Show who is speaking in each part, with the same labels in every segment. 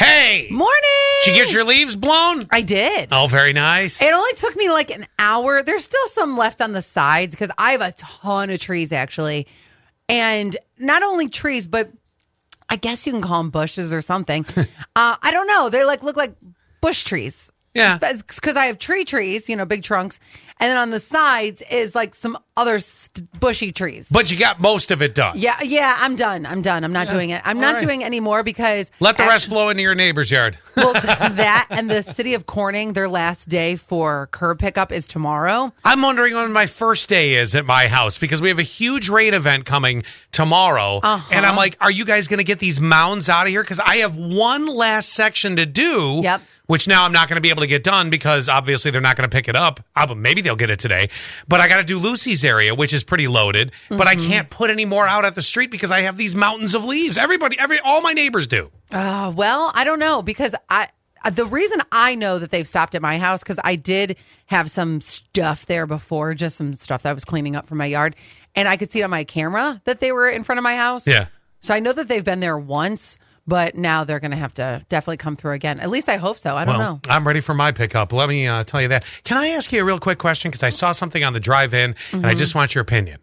Speaker 1: Hey.
Speaker 2: Morning.
Speaker 1: Did you get your leaves blown?
Speaker 2: I did.
Speaker 1: Oh, very nice.
Speaker 2: It only took me like an hour. There's still some left on the sides because I have a ton of trees actually. And not only trees, but I guess you can call them bushes or something. uh, I don't know. They like look like bush trees.
Speaker 1: Yeah.
Speaker 2: Because I have tree trees, you know, big trunks. And then on the sides is like some other st- bushy trees.
Speaker 1: But you got most of it done.
Speaker 2: yeah, yeah, I'm done. I'm done. I'm not doing it. I'm
Speaker 1: All
Speaker 2: not
Speaker 1: right.
Speaker 2: doing it anymore because
Speaker 1: Let the
Speaker 2: act-
Speaker 1: rest blow into your neighbor's yard.
Speaker 2: well, that and the city of Corning, their last day for curb pickup is tomorrow.
Speaker 1: I'm wondering when my first day is at my house because we have a huge rain event coming tomorrow. And I'm like, are you guys going to get these mounds out of here? Because I have one last section to do,
Speaker 2: Yep.
Speaker 1: which now I'm not going to be able to get done because obviously they're not going to pick it up. Uh, but maybe they'll get it today. But I got to do Lucy's area, which is pretty loaded. But I can't put any more out at the street because I have these mountains of leaves. Everybody, every all my neighbors do.
Speaker 2: Uh, well, I don't know because I uh, the reason I know that they've stopped at my house because I did have some stuff there before, just some stuff that I was cleaning up from my yard, and I could see it on my camera that they were in front of my house.
Speaker 1: Yeah.
Speaker 2: So I know that they've been there once, but now they're going to have to definitely come through again. At least I hope so. I don't know.
Speaker 1: I'm ready for my pickup. Let me uh, tell you that. Can I ask you a real quick question? Because I saw something on the drive in and I
Speaker 2: Mm-hmm.
Speaker 1: just want your opinion.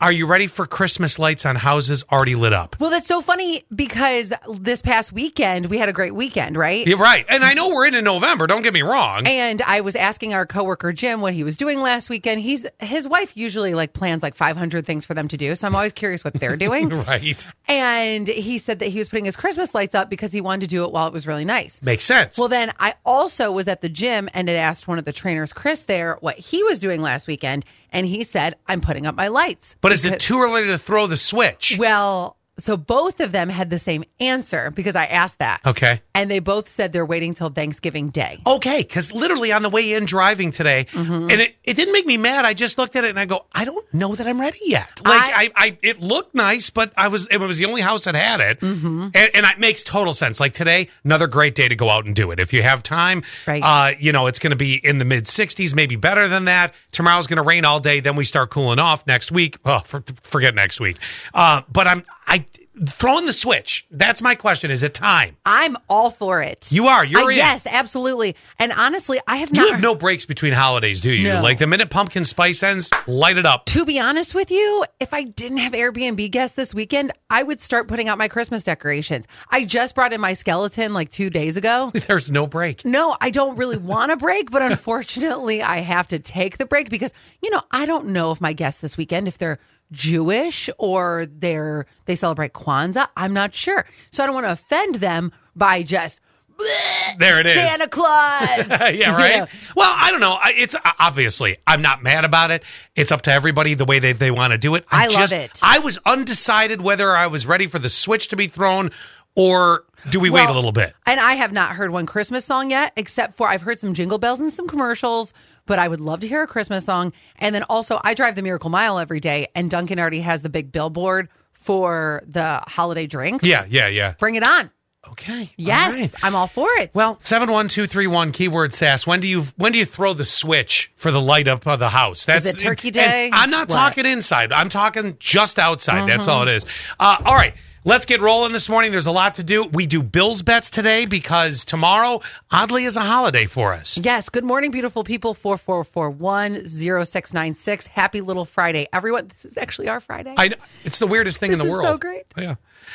Speaker 1: Are you ready for Christmas lights on houses already lit up?
Speaker 2: Well, that's so funny because this past weekend we had a great weekend, right?
Speaker 1: You're right. And I know we're into November. Don't get me wrong.
Speaker 2: And I was asking our coworker Jim what he was doing last weekend. He's his wife usually like plans like 500 things for them to do, so I'm always curious what they're doing.
Speaker 1: right.
Speaker 2: And he said that he was putting his Christmas lights up because he wanted to do it while it was really nice.
Speaker 1: Makes sense.
Speaker 2: Well, then I also was at the gym and had asked one of the trainers, Chris, there what he was doing last weekend, and he said, "I'm putting up my lights."
Speaker 1: but is it
Speaker 2: because-
Speaker 1: too early to throw the switch?
Speaker 2: Well, so both of them had the same answer because I asked that.
Speaker 1: Okay.
Speaker 2: And they both said they're waiting till Thanksgiving Day.
Speaker 1: Okay, because literally on the way in driving today, and it, it didn't make me mad. I just looked at it and I go, I don't know that I'm ready yet. Like I,
Speaker 2: I-
Speaker 1: I, it looked nice, but I was it was the only house that had it, and, and it makes total sense. Like today, another great day to go out and do it if you have time.
Speaker 2: Right.
Speaker 1: Uh, you know, it's going to be in the mid 60s, maybe better than that. Tomorrow's going to rain all day. Then we start cooling off next week. Oh, for, forget next week. Uh, but I'm I throwing the switch. That's my question. Is it time?
Speaker 2: I'm all for it.
Speaker 1: You are. You're
Speaker 2: I-
Speaker 1: in.
Speaker 2: Yes, absolutely. And honestly, I have not.
Speaker 1: You have no breaks between holidays, do you?
Speaker 2: No.
Speaker 1: Like the minute pumpkin spice ends, light it up.
Speaker 2: to be honest with you, if I didn't have Airbnb guests this weekend, I would start putting out my Christmas decorations. I just brought in my skeleton like two days ago.
Speaker 1: There's no break.
Speaker 2: No, I don't really want a break, but unfortunately, I have to take the break because, you know, I don't know if my guests this weekend, if they're Jewish or they're they celebrate Kwanzaa, I'm not sure. So I don't want to offend them by just "Bleh,
Speaker 1: There it is.
Speaker 2: Santa Claus.
Speaker 1: yeah, right. Well, I don't know. I- It's uh, obviously I'm not mad about it. It's up to everybody the way they, they want to do it.
Speaker 2: I love
Speaker 1: just-
Speaker 2: it.
Speaker 1: I was undecided whether I was ready for the switch to be thrown or do we wait a
Speaker 2: Well,
Speaker 1: little bit?
Speaker 2: And I have not heard one Christmas song yet, except for I've heard some jingle bells and some commercials, but I would love to hear a Christmas song. And then also, I drive the Miracle Mile every day, and Duncan already has the big billboard for the holiday drinks.
Speaker 1: Yeah, yeah, yeah.
Speaker 2: Bring it on.
Speaker 1: Okay. All
Speaker 2: Yes,
Speaker 1: right.
Speaker 2: I'm all for it.
Speaker 1: Well, seven one two three one keyword sass. When do you when do you throw the switch for the light up of the house? That's
Speaker 2: it turkey
Speaker 1: and
Speaker 2: day?
Speaker 1: I'm not
Speaker 2: What? Uh-huh.
Speaker 1: talking inside. I'm talking just outside. That's all it is. Uh, all right. Let's get rolling this morning. There's a lot to do. We do Bills bets today because tomorrow, oddly, is a holiday for us.
Speaker 2: yes, good morning, beautiful people. 44410696. Happy little Friday, everyone. This is actually our Friday.
Speaker 1: I know, it's the weirdest thing in
Speaker 2: This
Speaker 1: the
Speaker 2: is
Speaker 1: world.
Speaker 2: so great.
Speaker 1: Yeah.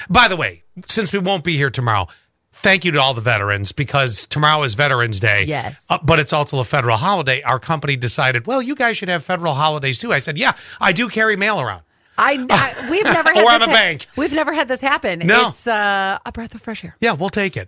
Speaker 1: By the way, since we won't be here tomorrow, thank you to all the veterans because tomorrow is Veterans Day.
Speaker 2: Yes.
Speaker 1: Uh, but it's also a federal holiday. Our company decided, well, you guys should have federal holidays too. I said, yeah, I do carry mail around.
Speaker 2: I, I- we've never had
Speaker 1: Or I'm
Speaker 2: this
Speaker 1: a bank.
Speaker 2: We've never had this happen.
Speaker 1: No.
Speaker 2: It's uh, a breath of fresh air.
Speaker 1: Yeah, we'll take it.